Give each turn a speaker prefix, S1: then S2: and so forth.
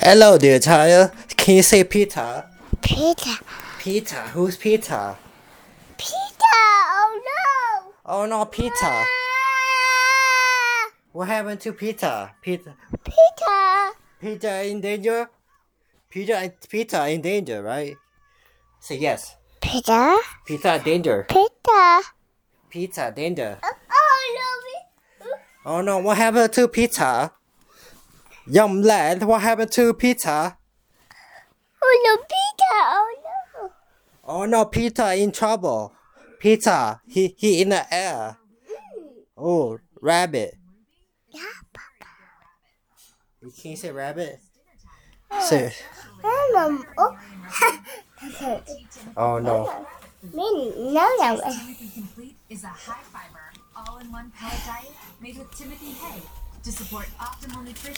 S1: Hello, dear child. Can you say Peter?
S2: Peter.
S1: Peter, who's Peter?
S2: Peter. Oh no.
S1: Oh no, Peter.
S2: Ah,
S1: What happened to Peter? Peter,
S2: Peter.
S1: Peter in danger. Peter, Peter in danger, right? Say yes.
S2: Peter.
S1: Peter danger.
S2: Peter.
S1: Peter danger.
S2: Oh no. Pe-
S1: Oh no, what happened to Peter? Young lad, what happened to Peter?
S2: Oh no, Peter. Oh no.
S1: Oh no, Peter in trouble. Peter, he he in the air. Oh, rabbit.
S2: Yeah, Papa.
S1: You can't say rabbit. Say.
S2: Oh, Mom. Oh. okay.
S1: Oh no.
S2: Me, no, no.
S3: Timothy Complete is a high fiber, all in one pellet diet made with Timothy hay to support optimal nutrition.